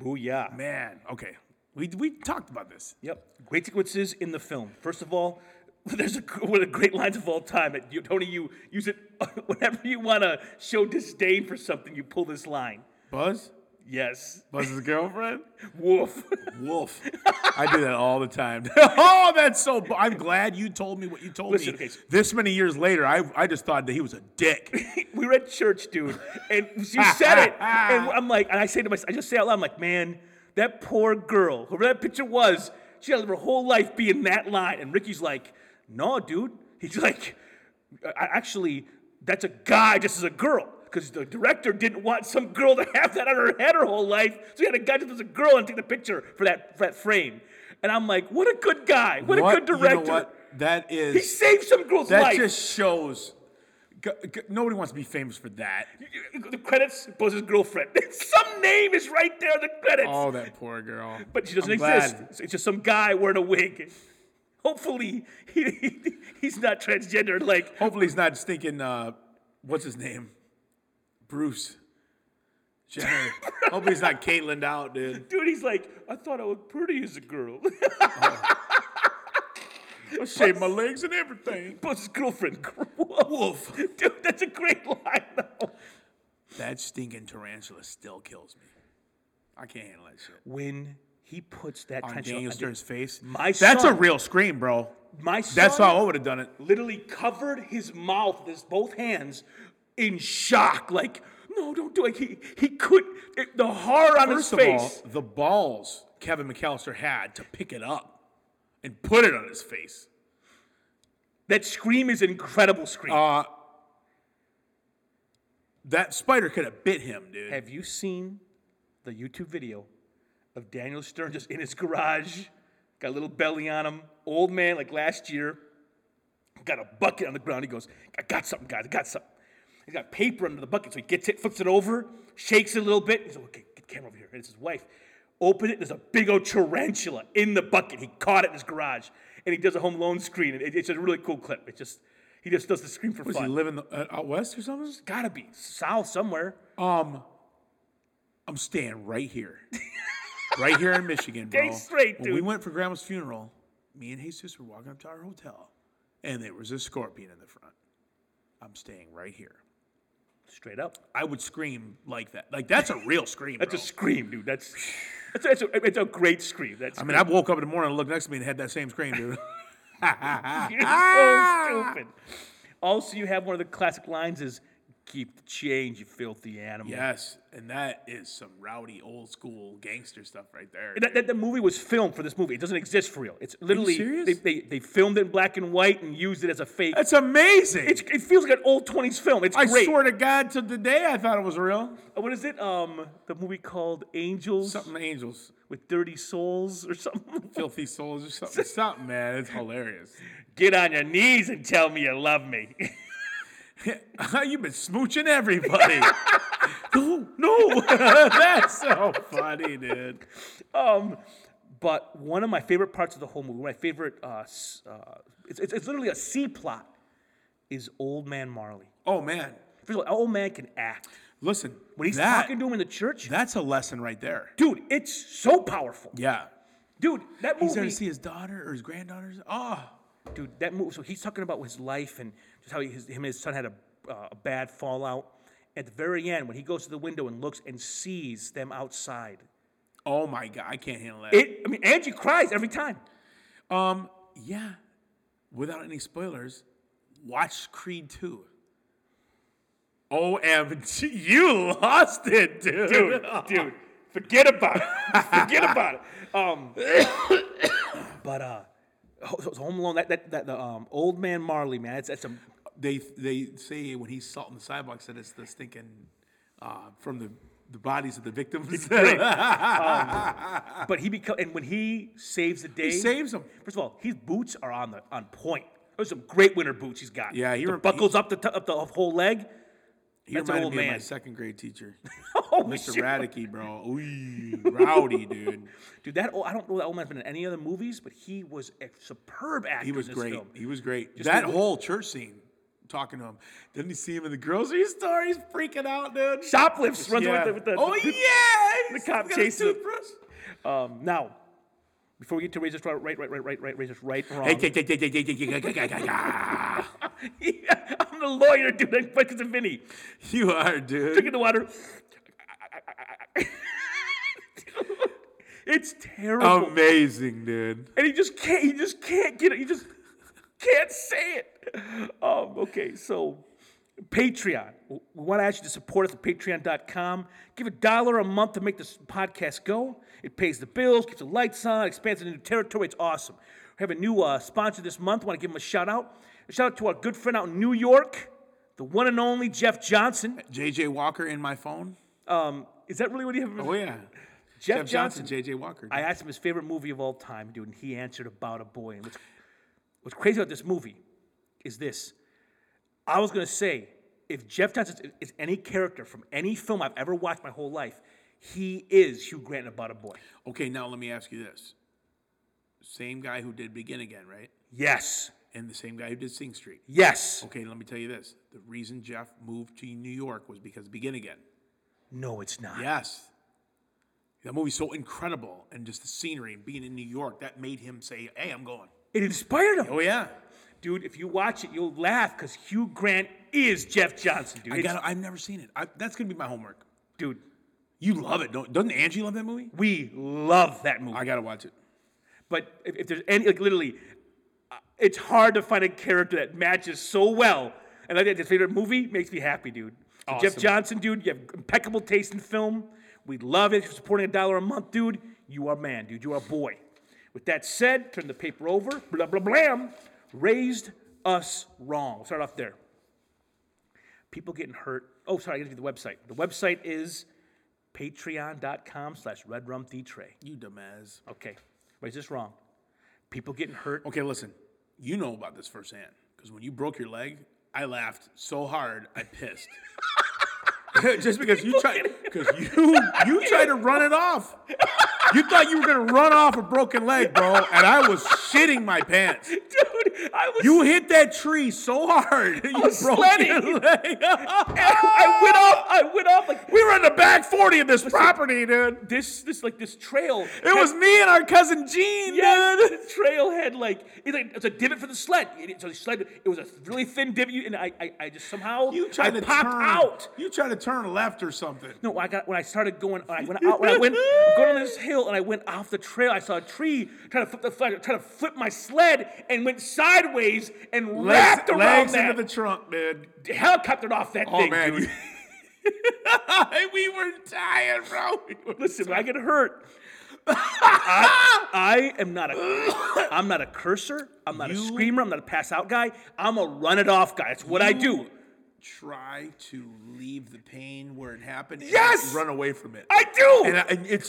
Booyah.
Man, okay. We, we talked about this.
Yep. Great sequences in the film. First of all, there's a, one of the great lines of all time that you, Tony, you use it whenever you want to show disdain for something. You pull this line.
Buzz?
Yes.
Buzz's girlfriend?
Woof.
Wolf. I do that all the time. oh, that's so. bu- I'm glad you told me what you told
Listen,
me.
okay, so-
This many years later, I, I just thought that he was a dick.
we were at church, dude, and you said it, and I'm like, and I say to myself, I just say out loud, I'm like, man, that poor girl, whoever that picture was, she had her whole life be in that line. And Ricky's like, no, dude. He's like, I, I- actually, that's a guy just as a girl. Because the director didn't want some girl to have that on her head her whole life. So he had a guy just as a girl and take the picture for that, for that frame. And I'm like, what a good guy. What, a good
You know
director.
what? That
He
is.
saved some girl's
That
life.
just shows G- g- nobody wants to be famous for that.
The credits, Buzz's girlfriend. some name is right there in the credits.
Oh, that poor girl.
but she doesn't
I'm glad.
exist. It's- It's just some guy wearing a wig. Hopefully, he, he- he's not transgendered. Like,
Hopefully, he's not stinking. Uh, what's his name? Bruce. Jenner. Hopefully, he's not Caitlyn out, dude.
dude, he's like, I thought I looked pretty as a girl.
I shaved my legs and everything.
Buzz's girlfriend, Wolf. Dude, that's a great line, though.
That stinking tarantula still kills me. I can't handle that shit.
When he puts that
On
tarantula
Daniel
under-
Stern's face.
My
That's
son,
a real scream, bro.
my son
That's how I would have done it.
literally covered his mouth with his both hands in shock, like, no, don't do it. Like, he, he could, it, the horror on
First
his
of
face.
all, the balls Kevin McAllister had to pick it up and put it on his face.
that scream is an incredible scream.
Uh, that spider could have bit him, dude.
Have you seen the YouTube video of Daniel Stern just in his garage? Got a little belly on him, old man like last year. Got a bucket on the ground. He goes, I got something, guys, I got something. He's got paper under the bucket, so he gets it, flips it over, shakes it a little bit. He's like, okay, get the camera over here. And it's his wife. Open it, there's a big old tarantula in the bucket. He caught it in his garage. And he does a home loan screen. And it- it's a really cool clip. It just, he just does the scream for
Was he
fun.
living the- uh, out west or something?
Gotta be south somewhere.
Um, I'm staying right here, right here in Michigan, bro.
Dang straight,
When we
dude.
went for Grandma's funeral, me and Jesus were walking up to our hotel, and there was a scorpion in the front. I'm staying right here.
Straight up.
I would scream like that. Like that's a real scream.
That's
bro.
a scream, dude. That's that's, that's, a, it's a great scream. That's
I mean, I woke up in the morning and looked next to me and had that same scream, dude. Ah!
so stupid. Also, you have one of the classic lines is "Keep the change, you filthy animal."
yes, and that is some rowdy old school gangster stuff right there.
That, that- the movie was filmed for this movie. It doesn't exist for real. It's literally
serious?
They, they they filmed it in black and white and used it as a fake.
That's amazing.
It's, it feels like an old twenties film. It's
I
great.
swear to God, to the day I thought it was real.
What is it? Um, the movie called Angels
Something angels.
with Dirty Souls or something.
filthy souls or something. something, man. It's hilarious.
Get on your knees and tell me you love me.
You've been smooching everybody. no, no. That's so funny, dude.
Um, but one of my favorite parts of the whole movie, my favorite, uh, s- uh, it's, it's, it's literally a C plot, is Old Man Marley.
Oh man.
First of all, Old Man can act.
Listen,
When he's
that,
talking to him in the church,
that's a lesson right there.
dude, it's so powerful.
Yeah.
Dude, that
He's there
movie.
to see his daughter or his granddaughters. Oh,
dude, that movie. So he's talking about his life and just how his, him and his son had a, uh, a bad fallout. At the very end, when he goes to the window and looks and sees them outside,
oh my God. I can't handle that.
it. I mean, Angie cries every time.
um, yeah. Without any spoilers, watch Creed 2. OMG, you lost it, dude.
dude, dude, forget about it. Forget about it. Um, but uh, Ho- so Home Alone, that that, that the um, old man Marley, man, that's, that's a
they they say when he's salting the sidewalks that it's the stinking uh, from the the bodies of the victims.
but he become and when he saves the day,
he saves them.
First of all, his boots are on the on point. Those are some great winter boots he's got.
Yeah, he
the
rem-
buckles up the t- up the whole leg.
He
That's an
reminded
old
me of my
man.
second grade teacher,
Oh,
Mr.
shit.
Radicky, bro. Ooh, rowdy dude.
dude, that old, I don't know that old man's been in any other movies, but he was a superb actor.
He was
in this
great.
Film.
He was great.
Just
that
the-
whole church scene, talking to him. Didn't he see him in the grocery store? He's freaking out, dude.
Shoplifts runs
Yeah.
away with the, with the
oh yeah,
the cop
He's got a
chases him.
toothbrush.
Um, now, before we get to raise us right, right, right, right, right, raise us right, wrong.
Hey, hey, hey, hey, hey, hey, hey, hey, hey, hey, hey, hey.
Yeah, I'm the lawyer, dude. I'm fucking to Vinny.
You are,
Drink
dude.
in the water. it's terrible.
Um, Amazing, dude.
and he just can't. He just can't get it. He just can't say it. Um, okay, so Patreon. We want to ask you to support us at Patreon.com. Give a dollar a month to make this podcast go. It pays the bills, keeps the lights on, expands into new territory. It's awesome. We have a new uh, sponsor this month. Want to give him a shout out? A shout out to our good friend out in New York, the one and only Jeff Johnson.
JJ Walker in my phone.
Um, is that really what he have?
Oh yeah.
Jeff,
Jeff Johnson, JJ Walker.
I asked him his favorite movie of all time, dude, and he answered About a Boy. And what's, what's crazy about this movie is this. I was gonna say if Jeff Johnson is any character from any film I've ever watched my whole life, he is Hugh Grant in About a Boy.
Okay, now let me ask you this. Same guy who did Begin Again, right?
Yes.
And the same guy who did Sing Street.
Yes.
Okay, let me tell you this. The reason Jeff moved to New York was because of Begin Again.
No, it's not.
Yes. That movie's so incredible and just the scenery and being in New York, that made him say, hey, I'm going.
It inspired him.
Oh, yeah.
Dude, if you watch it, you'll laugh because Hugh Grant is Jeff Johnson, dude.
I
It's-
got. I've never seen it. I, that's going to be my homework.
dude,
You love it. Don't, doesn't Angie love that movie?
we love that movie.
I got to watch it.
But if, if there's any, like literally, uh, it's hard to find a character that matches so well. And like his favorite movie makes me happy, dude. So Jeff
Awesome.
Johnson, dude, you have impeccable taste in film. We love it. If you're supporting a dollar a month, dude, you are a man, dude. You are a boy. With that said, turn the paper over. Blah blah blam. Raised us wrong. We'll start off there. People getting hurt. Oh, sorry, I gotta give you the website. The website is patreon.com slash redrumtheatre.
You dumbass.
Okay. Wait, is this wrong? People getting hurt.
Okay, listen. You know about this firsthand because when you broke your leg, I laughed so hard I pissed. Just because you tried, because you you tried to run it off. You thought you were gonna run off a broken leg, bro, and I was shitting my pants.
Dude, I was.
You hit that tree so hard, you
was
broke your
sledding.
leg.
I went off. I went off like
we were in the back forty of this property, dude.
this. This like this trail.
It was me and our cousin Gene,
Yeah,
dude.
the trail had like it's like it's a divot for the sled. It, so the sled it was a really thin divot, and I I, I just somehow
You
I
tried to
popped
turn
out.
You tried to turn left or something.
No, when I got when I started going, when I went out, when I went going on this hill, and I went off the trail. I saw a tree trying to flip the flag, trying to flip my sled, and went sideways and wrapped around
legs
that
into the trunk, dude.
helicoptered off that
Oh
thing,
man,
dude.
you- we were tired, bro. We were-
Listen, when I get hurt, I, I am not a, I'm not a cursor. I'm not a
You-
screamer. I'm not a pass out guy. I'm a run it off guy. It's what I do.
You Try to leave the pain where it happened. and
Yes!
run away from it.
I do.
and, I, and it's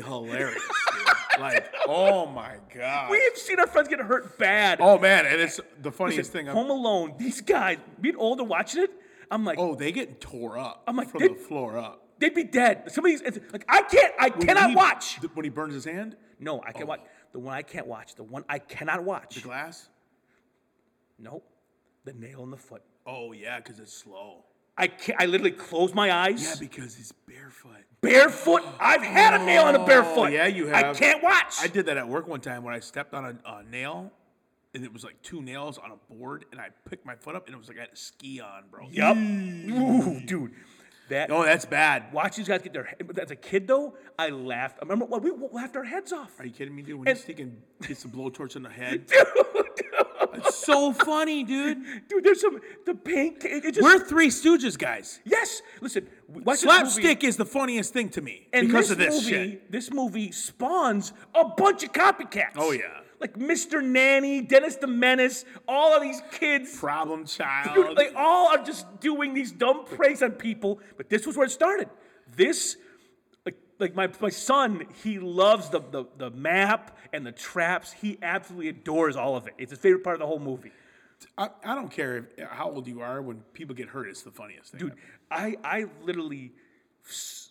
hilarious. dude. like, oh my god.
We've seen our friends get hurt bad.
oh man, and it's the funniest thing. I'm,
Home Alone. These guys, being older, watching it, I'm like,
oh, they get tore up.
I'm like,
from
did-
the floor up.
they'd be dead. Some of these, it's, like, I can't, I cannot
He- Oh.
watch.
th- when he burns his hand.
No, I can't watch. The one I can't watch. The one I cannot watch.
Glass.
Nope. The nail in the foot.
Oh yeah, because it's slow.
I can't, I literally close my eyes.
Yeah, because he's barefoot.
Barefoot. I've had a nail on a barefoot.
Oh, yeah, you
I
have.
can't watch.
I did that at work one time when I stepped on a, a nail, and it was like two nails on a board, and I picked my foot up, and it was like I had a ski on, bro.
yep.
Mm.
Ooh, dude. That
Oh, that's bad.
watch these guys get their head. As a kid though, I laughed. I remember when we laughed our heads off.
Are you kidding me, dude? When you stick and gets the blowtorch in the head,
dude,
it's so funny, dude.
dude, there's some the pink. It, it just
We're Three Stooges guys.
yes. Listen, watch this movie,
Slapstick is the funniest thing to me
and
because of this
movie,
shit.
This movie spawns a bunch of copycats.
Oh, yeah.
like Mr. Nanny, Dennis the Menace, all of these kids.
Problem child.
Dude, they all are just doing these dumb pranks on people. But this was where it started. This, like, like my, my son, he loves the, the, the map and the traps. He absolutely adores all of it. It's his favorite part of the whole movie.
I, I don't care if, how old you are. When people get hurt, it's the funniest thing.
Dude, I, I literally, s-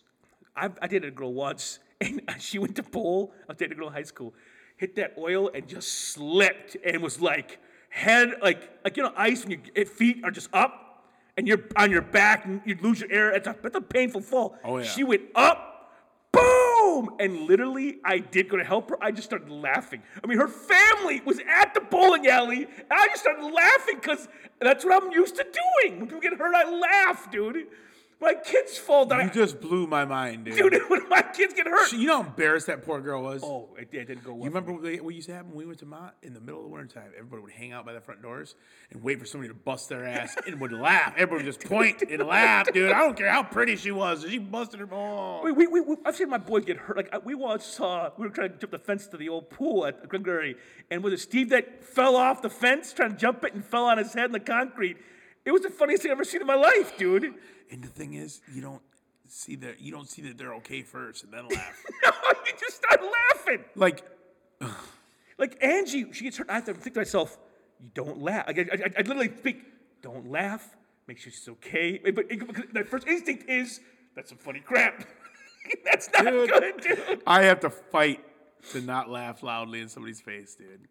I, I dated a girl once, and she went to bowl. I was dating a girl in high school, hit that oil and just slipped and was like head like like you know ice when your eh, feet are just up and you're on your back and you lose your air. It's a that's a painful fall.
Oh, yeah.
She went up, boom, and literally I did go to help her. I just started laughing. I mean, her family was at the bowling alley, and I just started laughing because that's what I'm used to doing. When people get hurt, I laugh, dude. My kids fall down.
You just blew my mind, dude.
Dude, when my kids get hurt.
You know how embarrassed that poor girl was?
oh, it, it didn't go well.
You remember what, they, what used to happen? when We went to Mott in the middle of the wintertime. Everybody would hang out by the front doors and wait for somebody to bust their ass and would laugh. Everybody would just point and laugh, dude. I don't care how pretty she was. She busted her ball.
We, we, we, we, I've seen my boy get hurt. Like I- we once saw, we were trying to jump the fence to the old pool at Glengarry, and was it Steve that fell off the fence trying to jump it and fell on his head in the concrete? It was the funniest thing I've ever seen in my life, dude.
And the thing is, you don't see that you don't see that they're okay first and then laugh.
you just start laughing.
like,
Like Angie, she gets hurt. I have to think to myself, you don't laugh. Like, I, I, I literally think, don't laugh, make sure she's okay. But but the first instinct is that's some funny crap. that's not
Dude.
good, dude.
I have to fight to not laugh loudly in somebody's face, dude.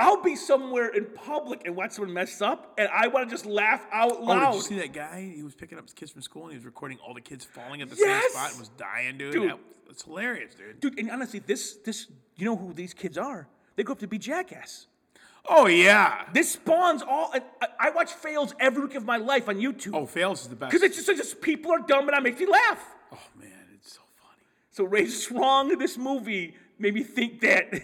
I'll be somewhere in public and watch someone mess up, and I want to just laugh out
Oh,
loud.
did you see that guy? He was picking up his kids from school and he was recording all the kids falling at the
Yes!
same spot and was dying, dude.
Dude.
That, it's hilarious, dude.
dude. And honestly, this this you know who these kids are? They grow up to be jackass.
Oh yeah.
This spawns all. I, I watch fails every week of my life on YouTube.
Oh, fails is the best.
Because it's just, it's just people are dumb and I make me laugh.
oh man, it's so funny.
So Ray's wrong in this movie made me think that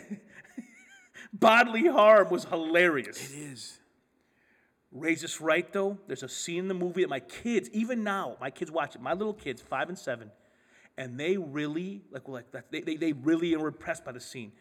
bodily harm was hilarious.
It is.
Ray's just right though. There's a scene in the movie that my kids, even now, my kids watch it. My little kids, five and seven, and they really like were like that- they they, they really were impressed by the scene.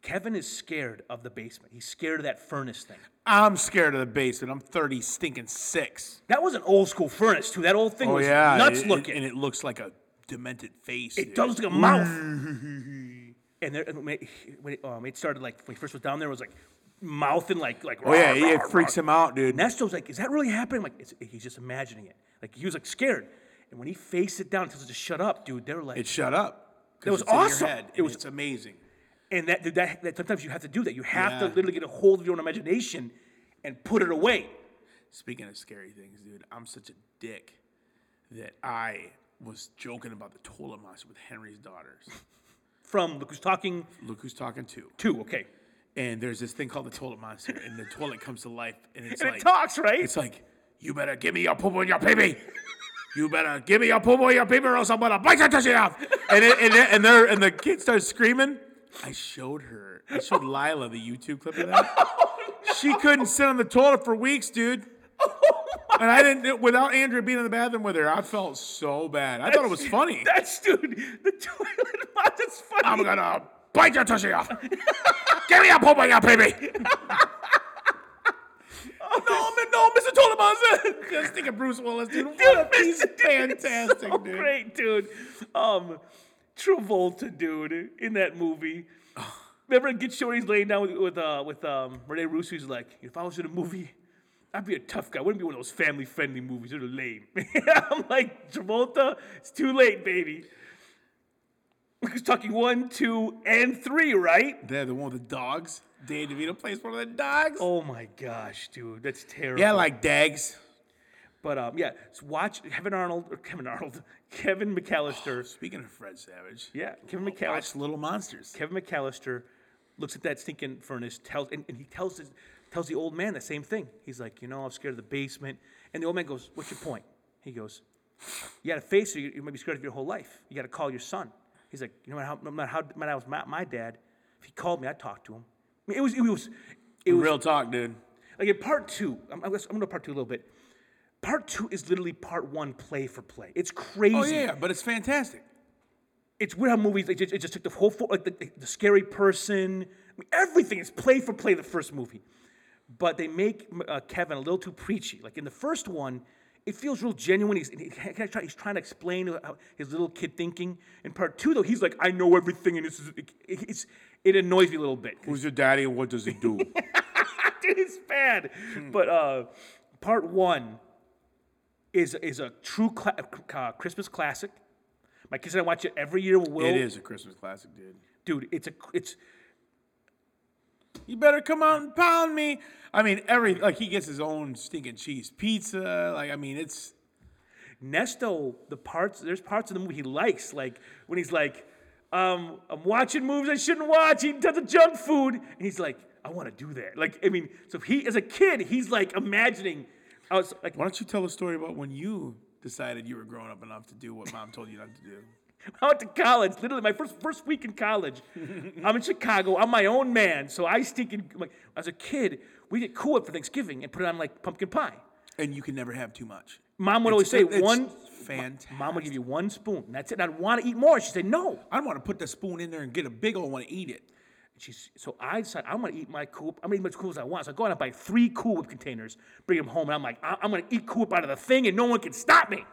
Kevin is scared of the basement. He's scared of that furnace thing.
I'm scared of the basement. I'm 30 stinking six.
That was an old school furnace too. That old thing
Oh
was
yeah,
nuts
it- it-
looking.
and it looks like a demented face.
It does look like a mouth. Mm-hmm. and there, and when, it, when it, um, it started like when he first was down there, it was like mouth and like like.
Oh yeah, yeah, it freaks him out, dude.
Nesto's like, is that really happening? Like it's, he's just imagining it. Like he was like scared, and when he faced it down, tells it to shut up, dude. They were like,
It shut up. 'cause
It was
it's in your
awesome.
head,
It
and
was-
it's amazing.
and that, dude, that that sometimes you have to do that. You have to
Yeah.
literally get a hold of your own imagination and put it away.
Speaking of scary things, dude, I'm such a dick that I was joking about the toilet monster with Henry's daughters.
From look who's talking
Look who's talking to.
to okay,
And there's this thing called the toilet monster, and the toilet comes to life, and it's
and
like
it talks right.
it's like you better give me your poo poo and your pee pee. You better give me your poo poo and your pee pee, or else I'm gonna bite your tushy off. And it, and it, and they're and the kid starts screaming. I showed her. I showed Lila the YouTube clip of that. She couldn't sit on the toilet for weeks, dude. And I didn't without Andrea being in the bathroom with her. I felt so bad. I thought it was funny.
That's dude. The toilet monster's funny.
I'm gonna bite your tushy off. Give me a poo poo, your baby. no, man, no, Mr. Toilet Monster. Just think of Bruce Willis, dude. What a- he's fantastic,
so
dude.
Oh, Great, dude. Um, Travolta, dude, in that movie. Remember in Get Shorty, he's laying down with with, uh, with um, Rene Russo. He's like, if I was in a movie, I'd be a tough guy. wouldn't be one of those family friendly movies. They're lame. I'm like, Travolta, it's too late, baby. He's talking one, two, and three, right?
They're the one with the dogs. Dave DeVito plays one of the dogs.
Oh my gosh, dude, that's terrible.
Yeah, like dags.
but um, yeah, so watch Kevin Arnold or Kevin Arnold, Kevin McAllister.
Speaking of Fred Savage,
Yeah,
Oh,
Kevin McAllister.
watch Little Monsters.
Kevin McAllister looks at that stinking furnace, tells, and, and he tells his, tells the old man the same thing. He's like, you know, I'm scared of the basement. And the old man goes, "What's your point?" He goes, "You got to face it. You, you might be scared of your whole life. You got to call your son." He's like, "You know, how, no matter how no matter how was my, my dad, if he called me, I'd talk to him." I mean, it was it was it was
Real talk, dude.
like in part two. I'm, I'm gonna go part two a little bit. Part two is literally part one, play for play. It's crazy.
Oh yeah, but it's fantastic.
it's weird how movies like, it, it just took the whole fo- like the, the scary person, I mean, everything is play for play. The first movie, but they make uh, Kevin a little too preachy. Like in the first one, it feels real genuine. He's, he- he- he's try- he's trying to explain how his little kid thinking. In part two, though, he's like, "I know everything," and this is it, it's it annoys me a little bit.
Who's your daddy and what does he do?
Dude, it's bad.
Hmm.
But uh, part one is is a true cla- uh, Christmas classic. My kids and I watch it every year. with Will
it is a Christmas classic, dude.
dude, it's a it's.
You better come out and pound me. I mean, every like he gets his own stinking cheese pizza. Like I mean, it's
Nesto, the parts there's parts of the movie he likes, like when he's like, um, "I'm watching movies I shouldn't watch, eating tons of junk food," and he's like, "I want to do that." Like, I mean, so he as a kid, he's like imagining, I was like,
why don't you tell a story about when you decided you were grown up enough to do what mom told you not to do?
I went to college, literally my first first week in college. I'm in Chicago. I'm my own man, so I stinking like as a kid, we did Cool Whip for Thanksgiving and put it on like pumpkin pie.
And you can never have too much.
Mom would
It's-
always say
it's
one.
fantastic.
Mom would give you one spoon. And that's it. I'd want to eat more. She'd say no.
I don't want to put the spoon in there and get a big old one and eat it.
She's, so I decided I'm gonna eat my Cool Whip. I'm gonna eat as much Cool Whip as I want. So I go out and buy three Cool Whip containers, bring them home, and I'm like, I- I'm gonna eat Cool Whip out of the thing, and no one can stop me.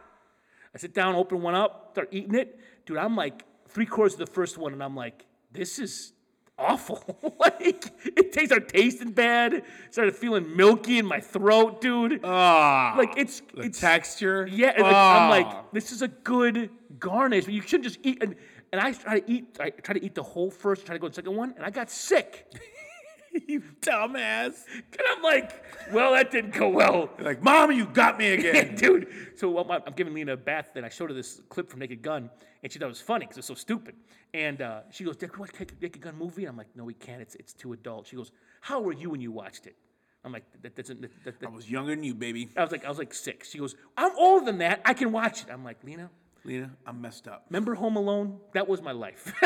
I sit down, open one up, start eating it, dude. I'm like three quarters of the first one, and I'm like, this is awful. like it tastes are tasting bad. Started feeling milky in my throat, dude.
Ah,
like it's
the
it's
texture.
yeah. and, like, I'm
Ah.
like this is a good garnish, but you shouldn't just eat. And, and I try to eat. I try to eat the whole first. Try to go to the second one, and I got sick.
you dumbass.
And I'm like, well, that didn't go well.
You're like, Mom, you got me again.
dude. So while my- I'm giving Lena a bath, then I showed her this clip from Naked Gun, and she thought it was funny because it's so stupid. And uh, she goes, "Dick, what Naked Naked Gun movie?" And I'm like, "No, we can't. It's it's too adult." She goes, "How were you when you watched it?" I'm like, "That doesn't." That, that, that.
I was younger than you, baby.
I was like, I was like six. She goes, "I'm older than that. I can watch it." I'm like, Lena,
Lena, I'm messed up.
remember Home Alone? That was my life.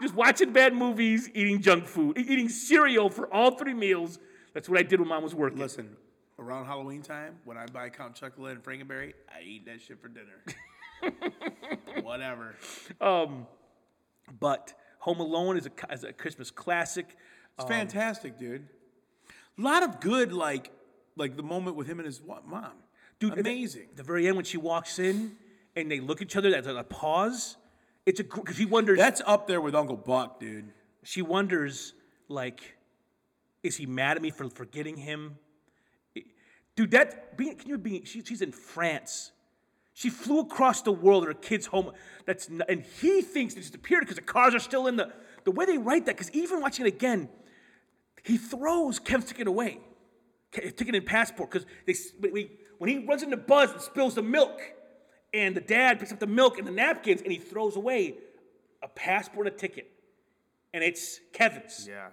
Just watching bad movies, eating junk food, e- eating cereal for all three meals. That's what I did when mom was working.
Listen, around Halloween time, when I buy Count Chocula and Frankenberry, I eat that shit for dinner. Whatever. It's
But Home Alone is a, c- is a Christmas classic.
fantastic, dude. A lot of good, like, like the moment with him and his wa- mom.
Dude, at the-
amazing.
At the very end, when she walks in and they look at each other, that's a, a pause. It's a because she wonders.
That's up there with Uncle Buck, dude.
she wonders like, is he mad at me for forgetting him? It- Dude, that being can you be? She, she's in France. She flew across the world. Her kid's home. That's n and he thinks it disappeared because the cars are still in the the way they write that. Because even watching it again, he throws Kev's ticket away, Ke- ticket and passport. Because they s- when he- when he runs into Buzz and spills the milk, and the dad picks up the milk and the napkins and he throws away a passport and a ticket, and it's Kevin's.
Yeah.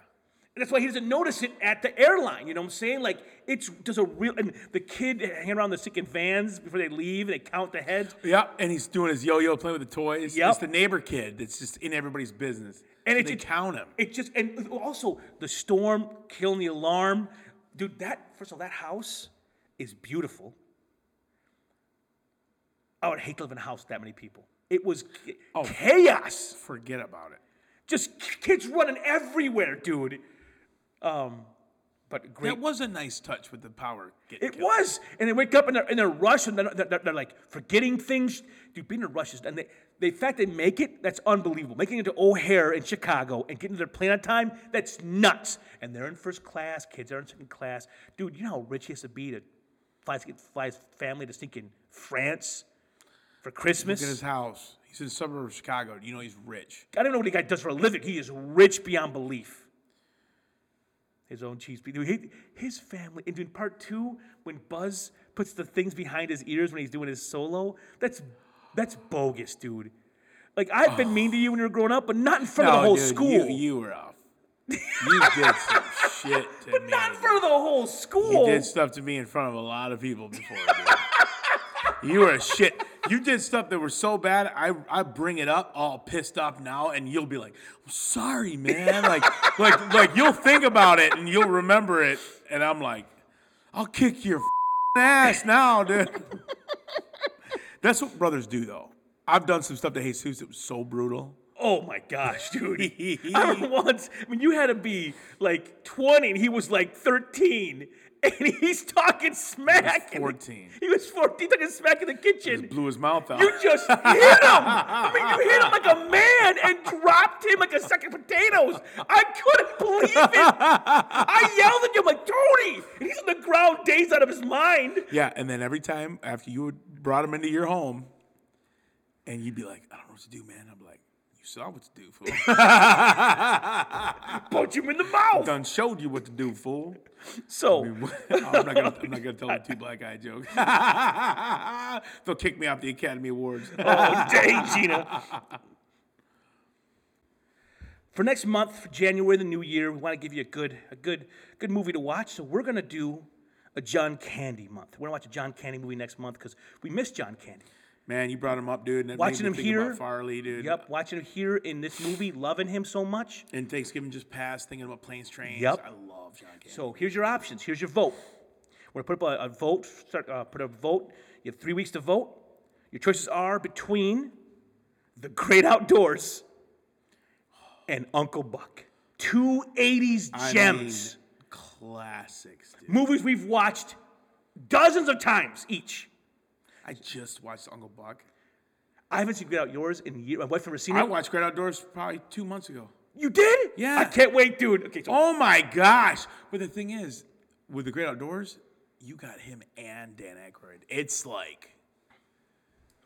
And that's why he doesn't notice it at the airline. You know what I'm saying? Like it's does a real and the kid hanging around the second vans before they leave and they count the heads.
Yeah, and he's doing his yo-yo, playing with the toys.
Yep.
It's the neighbor kid that's just in everybody's business.
And it-
they
it-
count him.
It just and also the storm killing the alarm, dude. That first of all, that house is beautiful. I would hate to live in a house with that many people. It was ca-
Oh.
chaos.
Forget about it.
Just k- kids running everywhere, dude. Um, but great.
That was a nice touch with the power. Get
It was, and they wake up and they're in a rush, and they're, they're, they're like forgetting things. Dude, being in a rush is, and they, the fact they make it, that's unbelievable. Making it to O'Hare in Chicago and getting to their plane on time, that's nuts. And they're in first class, kids are in second class. Dude, you know how rich he has to be to fly, his- fly his family to stinking France for
Look at his
Christmas?
house. He's in the suburb of Chicago. You know he's rich.
I don't know what the guy does for a living. He is rich beyond belief. His own cheese. Dude, he, his family. And in part two, when Buzz puts the things behind his ears when he's doing his solo, that's that's bogus, dude. Like I've been mean to you when you were growing up, but not in front of the whole
dude,
school.
You, you were off. You did some shit to me.
not in front of the whole
you
school.
did stuff to me in front of a lot of people before. dude. you were a shit. You did stuff that were so bad. I I bring it up all pissed off now, and you'll be like, "I'm sorry, man." Like like like you'll think about it and you'll remember it, and I'm like, "I'll kick your ass now, dude." That's what brothers do, though. I've done some stuff to Jesus that was so brutal.
Oh my gosh, dude. I remember once, I mean, you had to be like 20 and he was like 13. And he's talking smack. in the-
14.
he was 14, talking smack in the kitchen.
Blew his mouth out.
You just hit him. I mean, you hit him like a man and dropped him like a sack of potatoes. I couldn't believe it. I yelled at him like, Tony. And he's on the ground, dazed out of his mind.
Yeah, and then every time after you would brought him into your home, and you'd be like, "I don't know what to do, man." I'm like, "You saw what to do, fool.
Punch him in the mouth.
Done showed you what to do, fool."
So,
Oh, I'm not gonna, I'm not gonna tell the two black eye joke. They'll kick me off the Academy Awards.
oh, dang, Gina. For next month, for January, the new year, we want to give you a good, a good, good movie to watch. So we're gonna do a John Candy month. We're gonna watch a John Candy movie next month because we miss John Candy.
Man, you brought him up, dude. And that made
Watching
me
him
think
here.
about Farley, dude.
Yep, watching him here in this movie, loving him so much.
And Thanksgiving just passed, thinking about planes, trains.
Yep.
I love John Candy.
So here's your options. Here's your vote. We're gonna put up a, a vote. Start uh, put up a vote. You have three weeks to vote. Your choices are between the Great Outdoors and Uncle Buck. Two '80s
I
gems,
mean, classics, dude.
movies we've watched dozens of times each.
I just watched Uncle Buck.
I haven't seen Great Outdoors in years. My wife never seen
I
it.
watched Great Outdoors probably two months ago.
You did?
Yeah.
I can't wait, dude. Okay, so
Oh my gosh! But the thing is, with the Great Outdoors, you got him and Dan Aykroyd. It's like,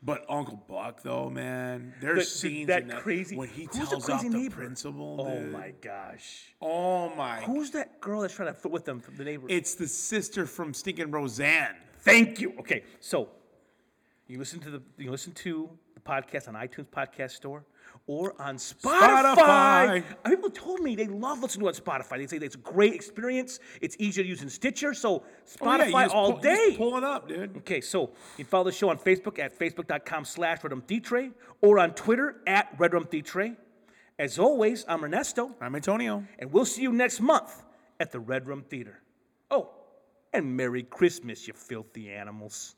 but Uncle Buck though, man, there's
The- the-
scenes
that
in that
crazy-
when he
who's the
tells
crazy
off the
neighbor?
principal.
oh
dude.
my gosh.
Oh my!
Who's that girl that's trying to fit with them from the neighborhood?
It's the sister from Stinking Roseanne.
Thank you. Okay, so you listen to the you listen to the podcast on iTunes Podcast Store or on Spotify.
Spotify.
Uh, People told me they love listening to it on Spotify. They say it's a great experience. It's easier to use than Stitcher. So
Oh, yeah,
Spotify
you just
all
pull- you just
day.
pulling up, dude.
Okay, so you follow the show on Facebook at facebook.com slash redumditre or on Twitter at redumditre. As always, I'm Ernesto,
I'm Antonio.
and we'll see you next month at the Red Room Theater. Oh, and Merry Christmas, you filthy animals.